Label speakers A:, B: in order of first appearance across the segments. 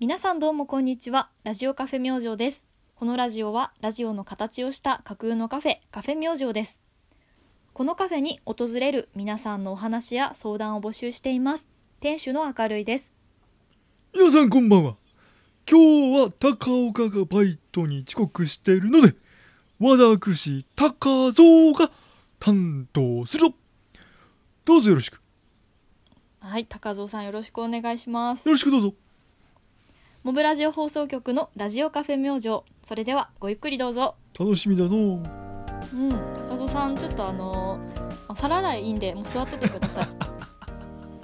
A: 皆さんどうもこんにちはラジオカフェ明星ですこのラジオはラジオの形をした架空のカフェカフェ明星ですこのカフェに訪れる皆さんのお話や相談を募集しています店主の明るいです
B: 皆さんこんばんは今日は高岡がバイトに遅刻しているので私高蔵が担当するぞどうぞよろしくよ
A: はい高蔵さんよろしくお願いします
B: ろしくどうぞ
A: モブラジオ放送局のラジオカフェ明星それではごゆっくりどうぞ
B: 楽しみだのう
A: うん高蔵さんちょっとあのあ皿洗いいいんでもう座っててくださ い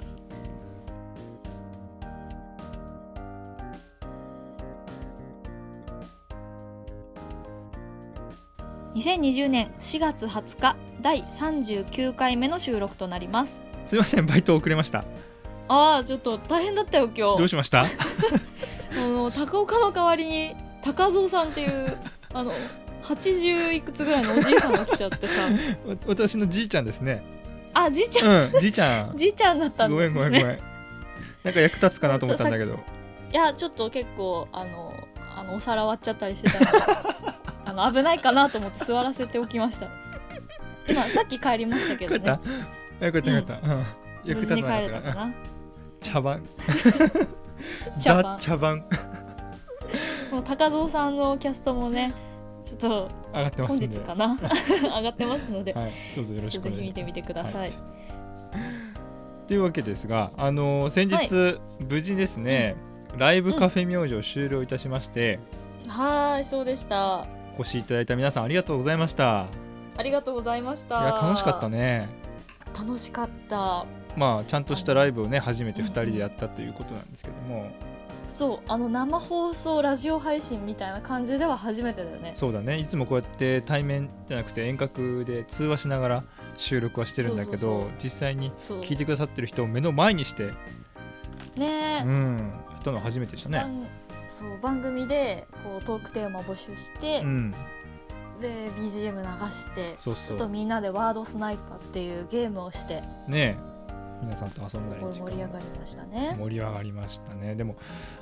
A: 2020年4月20日第39回目の収録となります
B: すいませんバイト遅れました
A: あーちょっと大変だったよ今日
B: しました
A: あの高岡の代わりに高蔵さんっていうあの80いくつぐらいのおじいさんが来ちゃってさ
B: 私のじいちゃんですね
A: あじいちゃん
B: うんじいちゃん
A: じいちゃんだったん
B: ご
A: で
B: め
A: す
B: ん
A: ね
B: ごめんごめんなんか役立つかなと思ったんだけど
A: いやちょっと結構あのあのお皿割っちゃったりしてたのであの危ないかなと思って座らせておきました今さっき帰りましたけど
B: 帰った
A: ね
B: あよかったよかった、うん
A: 無
B: 役
A: 事
B: 立た
A: に帰
B: なかっ
A: れた
B: た
A: か
B: うん
A: な
B: 茶番
A: 茶番
B: ザ茶番
A: もう高蔵さんのキャストもねちょっと
B: 上がってます
A: 本
B: んで
A: 日か な上がってますので、
B: はい、どうぞよろ
A: ち
B: し
A: ょっ
B: く
A: とぜ
B: お願
A: ひ見
B: いします
A: てみてください、
B: はいというわけですが、あのー先日、無事ですね、ライブカフェ明星を終了いたしまして、
A: はーいそうでした
B: お越しいただいた皆さんありがとうございました。
A: ありがとうございまし
B: い
A: た
B: や楽しかったね。
A: 楽しかった
B: まあちゃんとしたライブをね初めて
A: うん
B: 2
A: うん
B: 人でやったということなんですけども、
A: そうあの生放送ラジオ配信みたいな感じでは初めてだよね
B: そうだねいつもこうやって対面じゃなくて遠隔で通話しながら収録はしてるんだけ
A: そ
B: ど
A: うそうそう
B: 実際に
A: そう
B: 聞いてくださってる人を目の前にして、
A: ねえ、
B: うん、やったのは初めてでしたね。
A: 番そう番組でこうトークテーマ募集して
B: う、ん、
A: で BGM 流して
B: そう
A: ち
B: そ
A: ょっと
B: う
A: みんなでワードスナイパーっていうゲームをして
B: ね皆さんと
A: す
B: 遊んだり
A: ごい
B: 時間
A: 盛り上がりましたね。
B: 盛り上がりましたねでも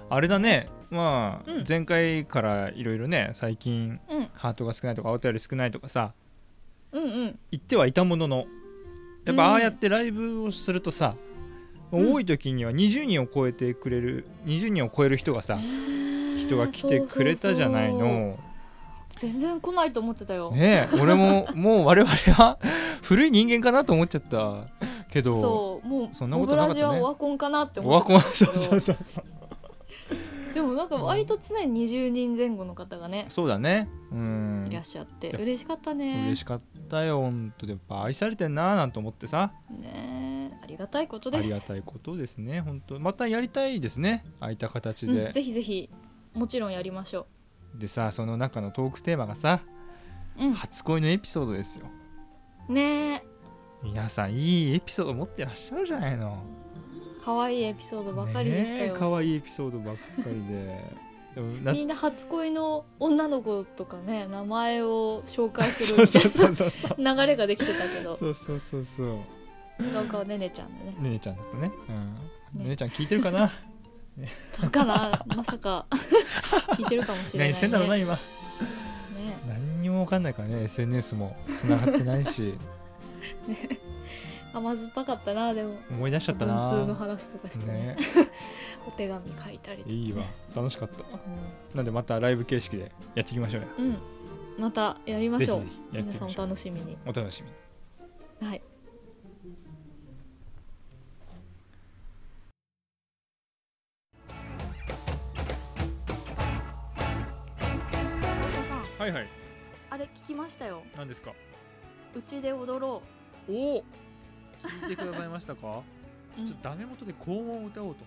B: あれだねまあ、
A: うん
B: 前回からいろいろね最近
A: うん
B: ハートが少ないとかお便り少ないとかさ
A: うんうん
B: 言ってはいたもののやっ
A: う
B: ぱ
A: ん
B: ああやってライブをするとさ、
A: うん
B: 多い時には20人を超えてくれる20人を超える人がさ、人が来てくれたじゃない
A: そうそう
B: の
A: そう全然来ないと思ってたよ。
B: ねえ俺ももう我々は古い人間かなと思っちゃったけど
A: そうもう
B: そんなことなか
A: モブラ
B: ったね
A: ジオはオワコンかなって
B: オ
A: 思
B: ワ
A: っ
B: コン
A: て
B: そうそうそうそう
A: でもなんか割と常に20人前後の方がね
B: そうだねうん
A: いらっしゃって嬉しかったね
B: 嬉しかったよ本当でやっぱ愛されてんなーなんて思ってさ
A: ねえありがたいこと
B: あ
A: です
B: りがたいことですね本当またやりたいですねああいった形で、
A: うん、ぜひぜひもちろんやりましょ
B: でさその中のトークテーマがさ
A: う、う
B: 初恋のエピソードですよ
A: ん、ねえ
B: 皆さんいいエピソード持ってらっしゃるじゃないの
A: 可愛いエピソードばかりでした
B: ねえ可
A: よ、
B: 愛いエピソードばっかりででもな
A: みんな初恋の女の子とかね名前を紹介す
B: そ
A: る
B: うそうそうそうそ う
A: 流れができてたけど
B: そうそうそうそう
A: 高岡はねねちゃんでね
B: ねねちゃんだったねうん
A: ね
B: ねねちゃん聞いてる かな
A: どうかなまさか 聞いてるかもしれない、ね、
B: 何してんだろうな今
A: ね
B: 何にも分かんないからね SNS もつながってないし
A: 甘酸っぱかったなでも
B: 思い出しちゃったな
A: 文通の話とかしてね
B: ね
A: お手紙書いたりとか、
B: いいわ楽しかったなんでまたライブ形式でやっていきましょうよ
A: うん、うんまたやりましょう
B: ぜひぜひやって
A: 皆
B: み
A: さん
B: ま
A: お
B: しょう
A: 楽しみに
B: お楽しみに
A: はいさん
B: はいはい
A: あれ聞きましたよ
B: 何ですか
A: うちで踊ろ
B: おお聞いてくださいましたか
A: う、
B: ちょっとダメ元で肛門を 歌おうと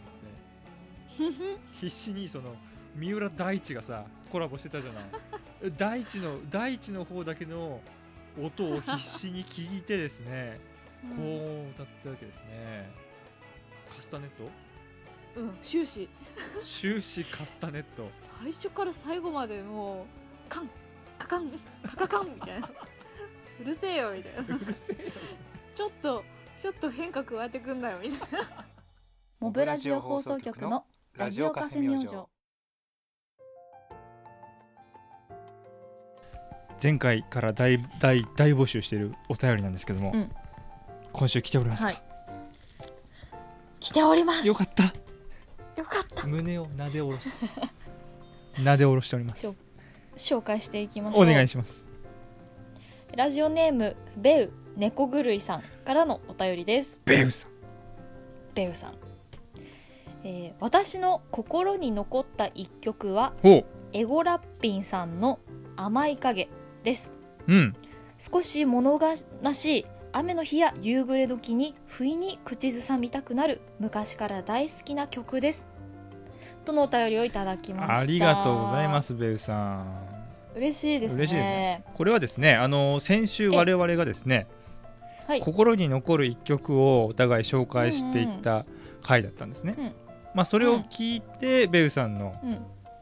B: 思って必死にその三浦大知がさコラボしてたじゃない大知の大知の方だけの音を必死に聞いてですね
A: うん
B: 高音を歌ったわけですねカスタネット
A: うん終始
B: 終始カスタネッ ト
A: 最初から最後までもうカンカカンカカカンみたいな うるせえよみたいな
B: うるせえよ
A: ちょっとちょっと変化 加えてくんなよみたいな
C: モブラジオ放送局のラジオカフェ明星
B: 前回から大大大募集しているお便りなんですけども、
A: うん
B: 今週来ておりますか、
A: はい来ております
B: よかった
A: よかった
B: 胸をなでおろす なでおろしております
A: そう紹介していきましょう
B: お願いします
A: ラジオネームベウ猫狂いさんからのお便りです
B: ベウさん
A: ベウさん、えー私の心に残った一曲は
B: おう
A: エゴラッピンさんの甘い影です
B: うん
A: 少し物悲しい雨の日や夕暮れ時に不意に口ずさみたくなる昔から大好きな曲ですとのお便りをいただきました
B: ありがとうございますすベウさん
A: 嬉しいですね
B: 嬉しいですこれはですねあの先週
A: え
B: 我々がですね
A: はい
B: 心に残る一曲をお互い紹介していった回だったんですね、
A: うん
B: まあ、それを聞いて、ベウさんの
A: うん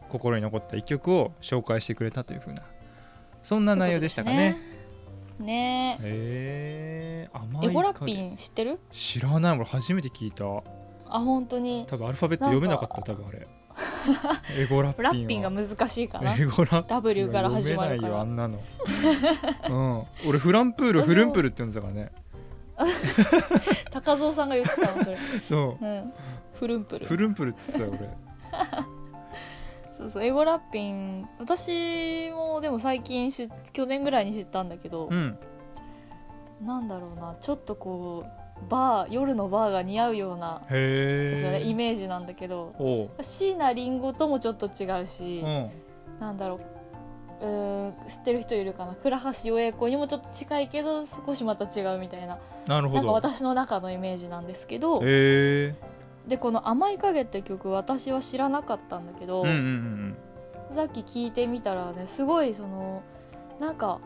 B: 心に残った一曲を紹介してくれたというふうなそんな内容でしたか
A: そういう
B: ね
A: ことですねね
B: えー、甘い
A: えエ
B: 影
A: ゴラッピン知ってる
B: 知らない俺初めて聞いた
A: あ本当に
B: 多分アルファベット読めなかった多分 あれエゴラッピン
A: ラ
B: は
A: ッピンが難しいかな
B: エゴラッピン
A: W から始ま
B: 読
A: るか
B: めないよあ
A: ら
B: んなの、うん、俺フランプール
A: 私も
B: フルンプルって呼んでたからね
A: 高蔵さんが言ってた のそれ、
B: そ
A: うん、フルンプ
B: う
A: ル
B: フルンプルって言ってたよ
A: そうそうエゴラッピン私もでも最近知っ去年ぐらいに知ったんだけど、
B: 俺うん
A: なんだろうなちょっとこうバー夜のバーが似合うような
B: へ
A: 私は、ね、イ
B: え
A: メージなんだけど
B: おう
A: 椎名林檎ともちょっと違うし、
B: うん
A: なんだろううーん知ってる人いるかな倉橋陽子にもちょっと近いけど少しまた違うみたいな
B: なるほ
A: なんか
B: ど
A: 私の中のイメージなんですけど
B: へえ
A: でこの「甘い影」って曲私は知らなかったんだけど、
B: うんうんうん
A: さっき聞いてみたらねすごいそのなんか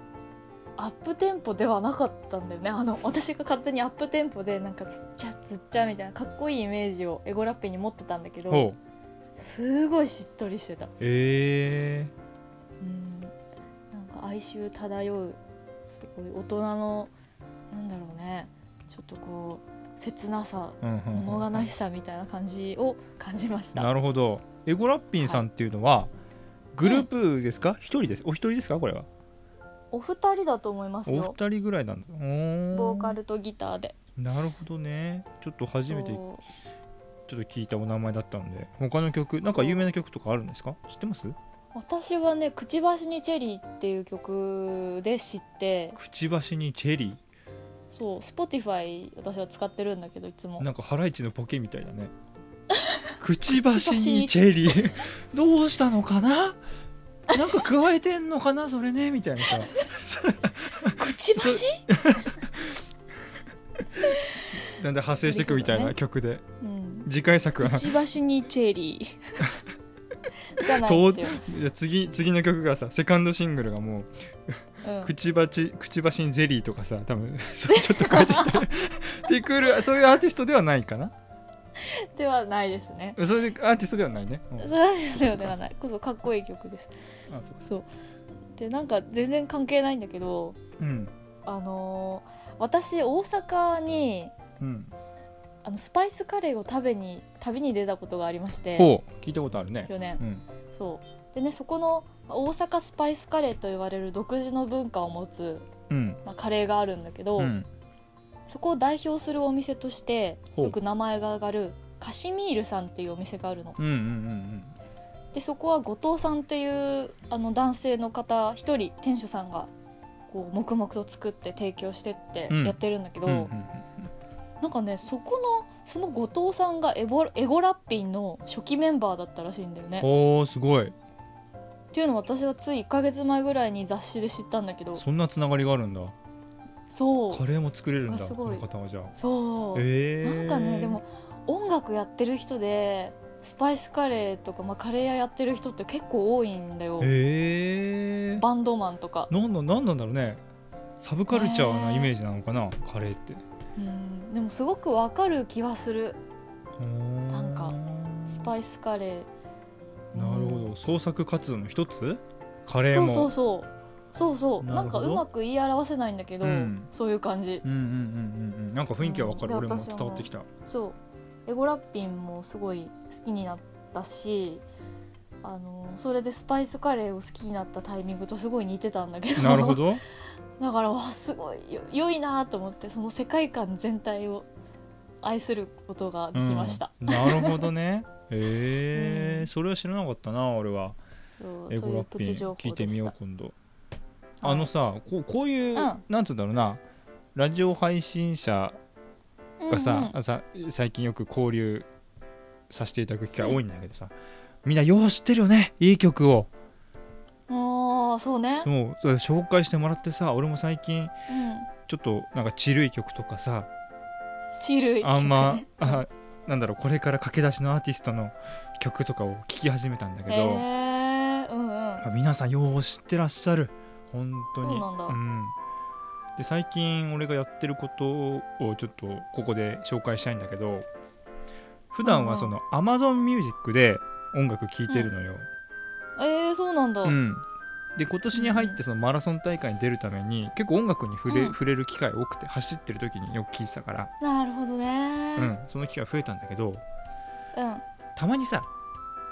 A: アップテンポではなかったんだよねあの私が勝手にアップテンポでなんかつっちゃつっちゃみたいなかっこいいイメージをエゴラッピンに持ってたんだけ
B: うん
A: ど
B: ほう
A: すごいしっとりしてた
B: へえ
A: うんなんか哀愁漂うすごい大人のなんだろうねちょっとこう切なさ
B: うんうんうん
A: 物悲しさみたいな感じを感じました
B: なるほどエゴラッピンさんっていうのは、グループですか一人ですお一人ですかこれは
A: お二人だと思います
B: お
A: よ
B: 二人ぐらいなんだおー
A: ボーカルとギターで
B: なるほどねちょっと初めてちょ
A: そう
B: っと聞いたお名前だったので他の曲なんか有名な曲とかあるんですか知ってます
A: 私はね「くちばしにチェリー」っていう曲で知って
B: くちばしにチェリ
A: そう Spotify 私は使ってるんだけどいつも
B: ーなんかハライチのポケみたいだ ねくちばしにチェリーどうしたのかななんか加えてんのかなそれねみたいなさ
A: くちばし、
B: だんだん派生していくみたい
A: そう
B: な
A: だね
B: 曲で
A: うん、
B: 次回作は
A: くちばしにチェリー じゃないんですよ、
B: じゃあ次次の曲がさセカンドシングルがも
A: うん
B: うくちばちくちばしにゼリーとかさ多分 ち ょっと変えてきてってくるそういうアーティストではないかな
A: ではないですね
B: それでアーティストではないね、うんあ
A: そうですよではないこそかっこいい曲です
B: そう
A: そうでなんか全然関係ないんだけど
B: うん
A: あのー私大阪に
B: うん
A: あのスパイスカレーを食べに旅に出たことがありまして
B: ほう聞いたことあるね
A: 去年
B: うん
A: そうでねそこの大阪スパイスカレーと言われる独自の文化を持つ、
B: うん
A: まあ、カレーがあるんだけど、
B: うん
A: そこを代表するお店として
B: ほう
A: よく名前が上がるカシミールさんっていうお店があるの
B: うんうんうん
A: でそこは後藤さんっていうあの男性の方一人店主さんがこう黙々と作って提供してって
B: うん
A: やってるんだけど、
B: うんうんうん
A: なんかねそこのその後藤さんがエボエゴラッピンの初期メンバーだったらしいんだよね。
B: おーすごい
A: っていうのを私はつい1ヶ月前ぐらいに雑誌で知ったんだけど
B: そんなつながりがあるんだ
A: そう
B: カレーも作れるん
A: あ
B: だ
A: す
B: こ
A: ご
B: の
A: い
B: 方はじゃあ
A: そう、
B: えー、
A: なんかねでも音楽やってる人でスパイスカレーとか、まあ、カレー屋やってる人って結構多いんだよ、
B: えー、
A: バンドマンとか、
B: なんだなんなんだろうねサブカルチャーな
A: ね
B: イメージなのかな、カレーって
A: うん、でもすごくわかる気はする
B: なん
A: かスパイスカレー
B: なるほど創作活動の一つカレー
A: そ
B: も
A: うそうそうそうそうな
B: なる
A: ん
B: ほ
A: か
B: ど
A: うまく言い表せないんだけど、
B: うん
A: そういう感じ
B: うんうんうんうんうんなんか雰囲気はわかる、
A: うん
B: 俺も
A: 私は
B: 伝わってきた
A: そうエゴラッピンもすごい好きになったしあのそれでスパイスカレーを好きになったタイミングとすごい似てたんだけど
B: なるほど
A: だからわあすごいよ良いなと思ってその世界観全体を愛することができました、
B: うん、なるほ どねえー
A: うん
B: それは知らなかったな俺は
A: そう
B: エ
A: と
B: ゴ
A: い
B: ラ
A: う
B: ッ
A: プ
B: ピン
A: チ情
B: 聞
A: 報
B: いて
A: で
B: み
A: し
B: よ
A: た
B: う今度
A: はい
B: あのさこうこういう、
A: うん
B: なんつうんだろうなラジオ配信者がさ,、
A: うんうん
B: さ最近よく交流させていただく機会多いんだけどさ、みんなよう知ってるよねいい曲を
A: ああそうね
B: そうそれ紹介してもらってさ俺も最近
A: うん
B: ちょっとなんかちるい曲とかさ
A: チルい
B: あんま、あなんだろうこれから駆け出しのアーティストの曲とかを聴き始めたんだけど、
A: へえうんうん
B: あ皆さんよう知ってらっしゃる本当に
A: そうなんだ
B: んで最近俺がやってることをちょっとここで紹介したいんだけど普段はその AmazonMusic で音楽聴いてるのよ、
A: えー、そうなんだ、
B: うんで今年に入ってそのマラソン大会に出るために結構音楽に触れ,、
A: うん
B: 触れる機会多くて走ってる時によく聴いてたから、
A: なるほどね
B: うん、その機会増えたんだけど
A: うん、
B: たまにさ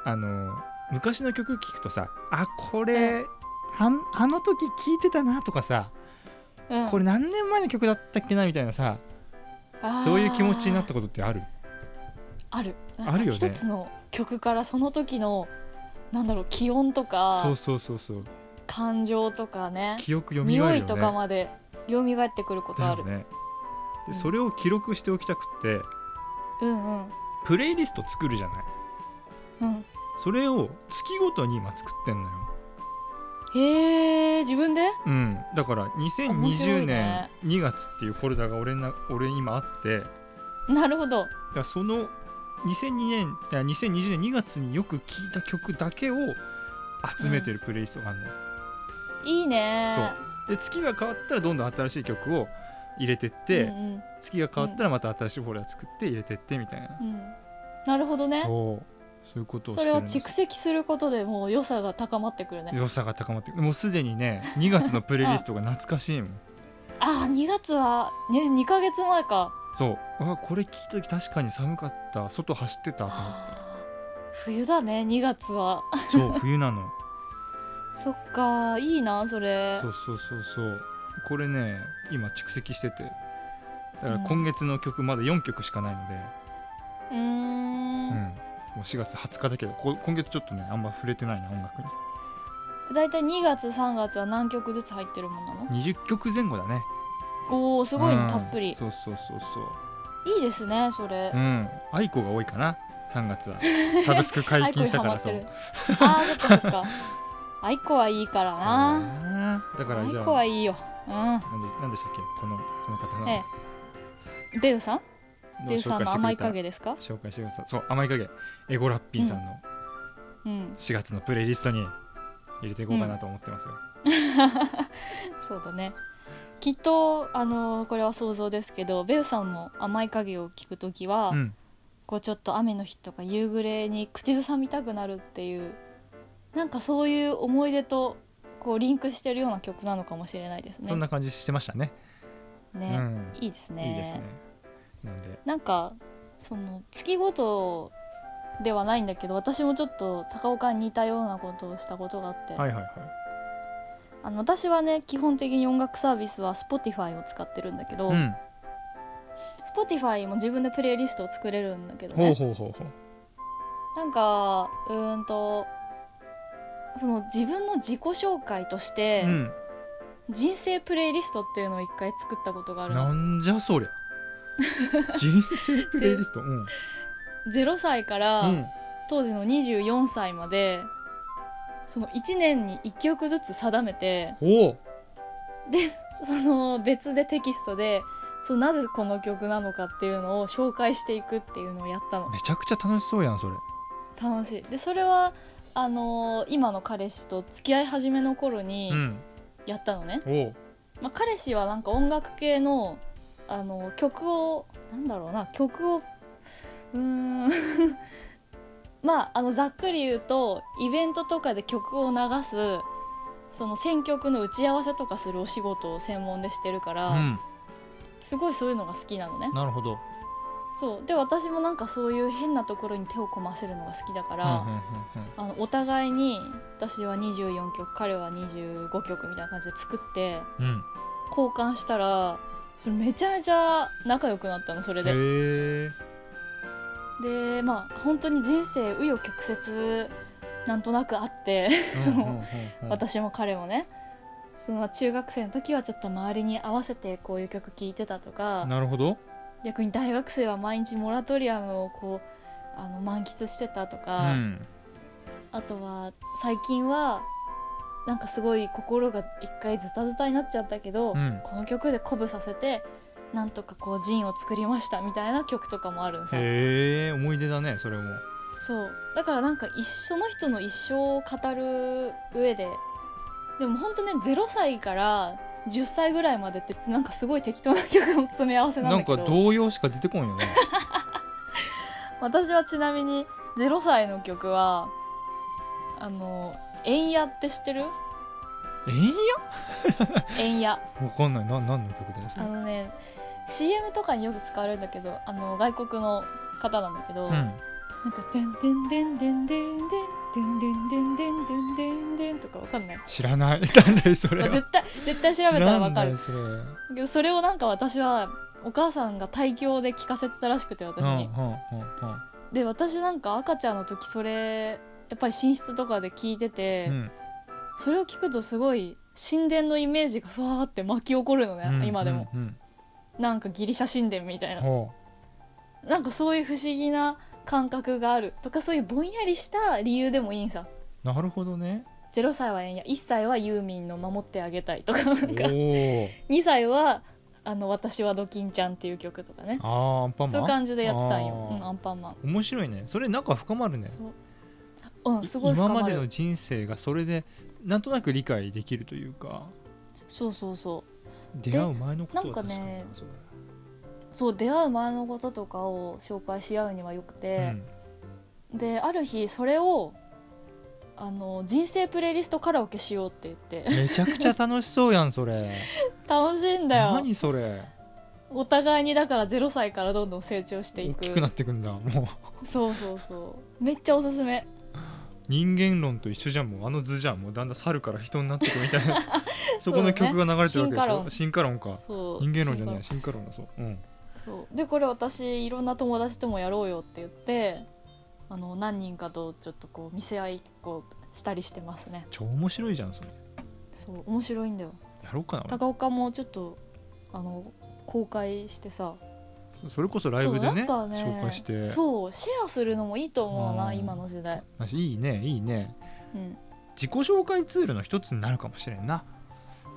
B: あの昔の曲聴くとさあこれ、あんあの時聴いてたなとかさ
A: うん
B: これ何年前の曲だったっけなみたいなさそういう気持ちになったことってある
A: あーあるなんか
B: あるよね
A: 一つの曲からその時のなんだろう気温とか
B: そうそうそうそう
A: 感情とかね
B: 記憶よみが
A: 匂
B: える
A: い
B: よ
A: と
B: ね
A: かまで蘇ってくること
B: だ
A: あ
B: よ
A: る、
B: ね
A: うん
B: でそれを記録しておきたくって
A: うんうん
B: プレイリスト作るじゃない
A: うん
B: それを月ごとに今作ってんのよ
A: へえ自分で
B: うんだから
A: 面白
B: 2020
A: い
B: 年
A: ね
B: 2月っていうフォルダが俺な俺に今あってだか
A: なるほど
B: らその2002年あ2020年2月によく聴いた曲だけを集めてるプレイリストがあるのよ、
A: いいね
B: そうで月が変わったらどんどん新しい曲を入れてって、
A: うんうん
B: 月が変わったらまた新しいフォルダ作って入れてってみたいな、
A: うんなるほどね
B: そうそういうことをし
A: そ
B: て
A: れ
B: る
A: を
B: んです
A: 蓄積することでもう良さが高まってくるね
B: 良さが高まってもうすでにね2月のプレイリストが懐かしいもん
A: あー2月はね2ヶ月前か
B: そうあこれ聞いた時確かに寒かった外走ってたと思っ
A: あー冬だね2月は
B: てそう冬なの
A: そっかいいなそれ
B: そうそうそうそうこれね今蓄積しててだから
A: うん
B: 今月の曲まだ4曲しかないので、
A: うーん
B: うんもう4月20日だけどこ今月ちょっとねあんま触れてないな音楽に
A: だいたい2月3月は何曲ずつ入ってるもんなの
B: 20曲前後だね
A: おおすごいね
B: うん
A: たっぷり
B: そうそうそうそ
A: いいですねそれ
B: ううん愛子が多いかな3 月はサブスク解禁したからそう
A: アイコにハマってるあーそっかそっ かアイコはいいから
B: そう
A: な
B: だなだから
A: アイ
B: じゃあ
A: コはいいようん
B: なんでなんでしたっけこのこの方の、
A: えベウさん
B: の
A: ベウさんの甘い
B: れ
A: 影ですか
B: た紹介してくださいそう甘い影エゴラッピーさんの
A: うん
B: 4月のプレイリストに入れていこうかなと思ってますよ、
A: そうだねきっとあのーこれは想像ですけどベウさんも甘い影を聞くときは、
B: うん
A: こうちょっと雨の日とか夕暮れに口ずさみたくなるっていうなんかそういう思い出とこうリンクしてるような曲なのかもしれないですね。
B: そんな感じしてましたね
A: ね、
B: う
A: いいです
B: ん、
A: ね
B: いいですねなんで
A: なんかその月ごとではないんだけど私もちょっと高岡に似たようなことをしたことがあって、
B: はいはいはい
A: あの私はね基本的に音楽サービスは Spotify を使ってるんだけど、
B: うん
A: Spotify も自分でプレイリストを作れるんだけどね
B: ほうほうほうほう
A: なんかうーんとその自分の自己紹介として、
B: うん
A: 人生プレイリストっていうのを一回作ったことがあるの
B: なんじゃ そりゃ人生プレイリストうん
A: 0歳か
B: う
A: ら
B: ん
A: 当時の24歳までその1年に1曲ずつ定めて
B: おお
A: その別でテキストでそうなぜこの曲なのかっていうのを紹介していくっていうのをやったの
B: めちゃくちゃ楽しそうやんそれ
A: 楽しいでそれはあのー今の彼氏と付き合い始めの頃に
B: うん
A: やったのね、
B: おう
A: まあ、彼氏はなんか音楽系のあの曲をなんだろうな曲をうーん まああのざっくり言うとイベントとかで曲を流すその選曲の打ち合わせとかするお仕事を専門でしてるから、
B: うん
A: すごいそういうのが好きなのね。
B: なるほど
A: そうで私もなんかそういう変なところに手をこませるのが好きだから、あのお互いに私は24曲彼は25曲みたいな感じで作って
B: うんうん
A: 交換したらそれめちゃめちゃ仲良くなったのそれ
B: へ
A: で。
B: え
A: でまあ本当に人生紆余曲折なんとなくあって。私も彼もねその中学生の時はちょっと周りに合わせてこういう曲聴いてたとか
B: なるほど
A: 逆に大学生は毎日モラトリアムをこうあの満喫してたと
B: う
A: か、
B: ん
A: あとは最近はなんかすごい心が一回ズタズタになっちゃったけど、
B: うん
A: この曲で鼓舞させてなんとかこうジンを作りましたみたいな曲とかもあるのさ
B: へえ思い出だねそれも
A: そうだからなんか一緒の人の一生を語る上ででも本当ね0歳から10歳ぐらいまでってなんかすごい適当な曲の詰め合わせなん
B: な
A: だ
B: ん
A: けど
B: か動揺しか出てこんよ ね
A: 私はちなみに0歳の曲はあの「円やって知ってる
B: えいや
A: 円 や
B: わかんないな何の曲だよそ
A: あ
B: れ
A: のね CM とかによく使われるんだけどあの外国の方なんだけど、
B: うん
A: なんか「でんでんでんでんでんでんでんでんでんでんでんでんでん」とかわかんない
B: 知らない なんだよそれ
A: まあ
B: は
A: 絶対絶対調べたらわか
B: なんだ
A: る
B: よそれう
A: けどそれをなんか私はお母さんが胎教で聞かせてたらしくて私
B: んうん
A: に、
B: うん
A: で私なんか赤ちゃんの時それやっぱり寝室とかで聞いてて、
B: うん
A: それを聞くとすごい神殿のイメージがふわーって巻き起こるのね、
B: うん
A: 今でも、
B: うんうん
A: なんかギリシャ神殿みたいな、
B: ほ
A: なんかそういう不思議な感覚があるとかそういうぼんやりした理由でもいいんさ
B: うなるほどね
A: 0歳は円や1歳はユーミンの「守ってあげたい」とかな
B: お
A: んか
B: ー
A: 2歳はあの「私はドキンちゃん」っていう曲とかね
B: あーアンパン
A: そう
B: マ
A: いう
B: ン
A: 感じでやってたんよ、
B: あー
A: うん、アンパンマン、
B: 面白いねそれなんか深まるね
A: そううんすごい深
B: 今
A: ま
B: まで
A: る
B: の人生がそれでなんとなく理解できるというか
A: そうそうそう
B: 出会う前のことは
A: なんか
B: 確かに
A: ね
B: そうだ
A: そう出会う前のこととかを紹介し合うにはよくて
B: よ、
A: である日それをあの人生プレイリストカラオケしようって言って
B: うんめちゃくちゃ楽しそうやんそれ
A: 楽しい んだよ
B: 何それ
A: お互いにだから0歳からどんどん成長してい
B: 大
A: く
B: きくなってくんだもう
A: そうそうそうめっちゃおすすめ
B: 人間論と一緒じゃんもうあの図じゃんもうだんだん猿から人になってくみた いなそこの曲が流れてるわけでしょ進化論か
A: そう
B: 人間論じゃない進化論だそう、うん、
A: そうでこれ私いろんな友達ともやろうよって言ってあの何人かとちょっとこう見せ合いっこうしたりしてますね
B: 超面白いじゃんそれ
A: そう面白いんだよ
B: やろうかな
A: 高岡もちょっとあの公開してさ
B: 俺それこそライブでね
A: そうなんかね
B: 紹介して
A: そうシェアするのもいいと思う
B: う
A: なん今の時代
B: 私いいねいいね
A: うん
B: 自己紹介ツールの一つになるかもしれんな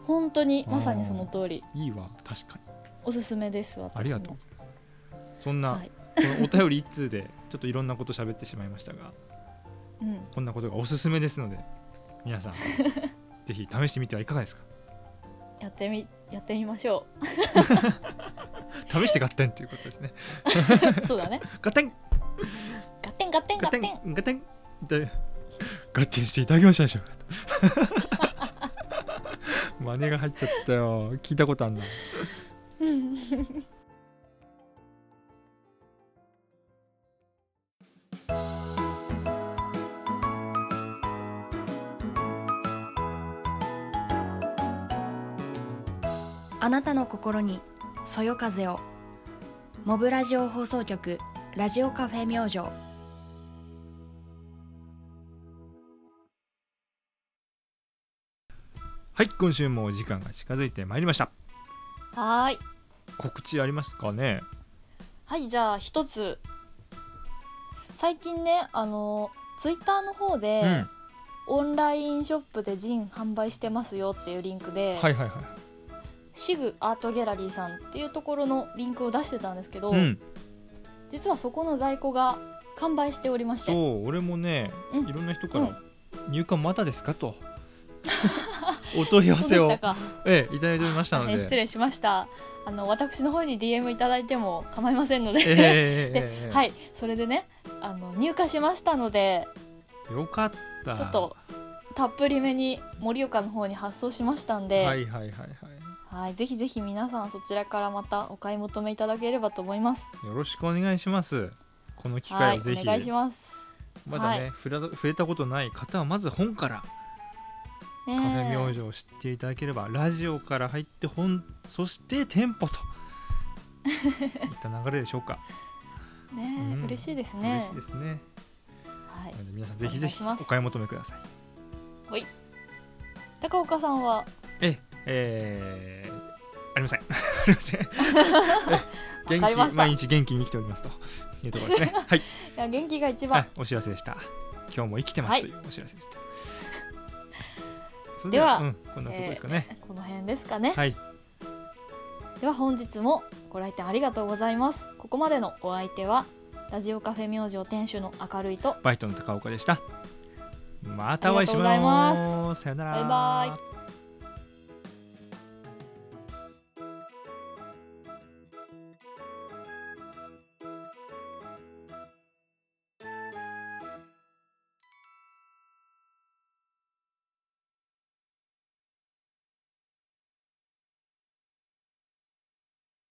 A: 本当に
B: うん
A: まさにその通り
B: いいわ確かに
A: おすすめです私も
B: ありがとうそんな、
A: はい、
B: このお便り一通でちょっといろんなこと喋ってしまいましたが
A: うん、
B: こんなことがおすすめですので 皆さんぜひ試してみてはいかがですか
A: やってみやってみましょ
B: 試して合点ということですね
A: うそうだね
B: 合点
A: ガッテンガッテンガッ
B: 合
A: テン
B: 点合点で合点していただきましたでしょうか 真似が入っちゃったよ聞いたことあんな
C: あなたの心にそよ風をモブラジオ放送局ラジオカフェ明星
B: はい今週もお時間が近づいてまいりました
A: はーい
B: 告知ありますかね
A: はいじゃあ一つ最近ねあのツイッターの方で、
B: うん
A: オンラインショップでジン販売してますよっていうリンクで、
B: はいはいはい
A: シグアートギャラリーさんっていうところのリンクを出してたんですけど、
B: うん
A: 実はそこの在庫が完売しておりまして
B: そう俺もね、
A: うん
B: いろんな人か
A: う
B: ら、
A: ん
B: 入館まだです かとお問い合わせ
A: そう
B: を
A: でしたか
B: ええいただいておりましたの
A: 大変
B: で
A: 失礼しましたあの私の方に DM いただいても構いませんので、
B: ええええええ ええ
A: はいそれでねあの入荷しましたので
B: よかった
A: ちょっとたっぷりめに盛岡の方に発送しましたんで、
B: はいはいはいはい
A: はい、ぜひぜひ皆さんそちらからまたお買い求めいただければと思います。
B: よろしくお願いしますこの機
A: は
B: 会
A: い、
B: をぜひ、
A: お願いします。
B: まだね、
A: はい
B: 触れた触れたことない方はまず本から
A: ねえ
B: カフェ明星を知っていただければ、ラジオから入って本そして店舗といった流れでしょうか、
A: ねえ
B: うん
A: 嬉しいです ね。
B: 嬉しいですね
A: はい
B: な。ので皆さんぜひぜひ
A: お願いします
B: お買い求めください
A: 高岡さんは
B: えええーありません あり ませんえ
A: わかりま
B: 元
A: し
B: 気
A: た
B: 毎日元気に生きておりますというところです ねはい、
A: いや元気が一番。
B: はい、お知らせでした今日も生きてま
A: は
B: す
A: い
B: というお知らせでした、それ
A: では
B: うん、こんなところですかね、
A: この辺ですかね、
B: はい
A: では本日もご来店ありがとうございますここまでのお相手はラジオカフェ明星店主の明るいと
B: バイトの高岡でしたまたお会いし
A: ありがとうござい
B: ま
A: ます
B: さよなら
A: バイバイ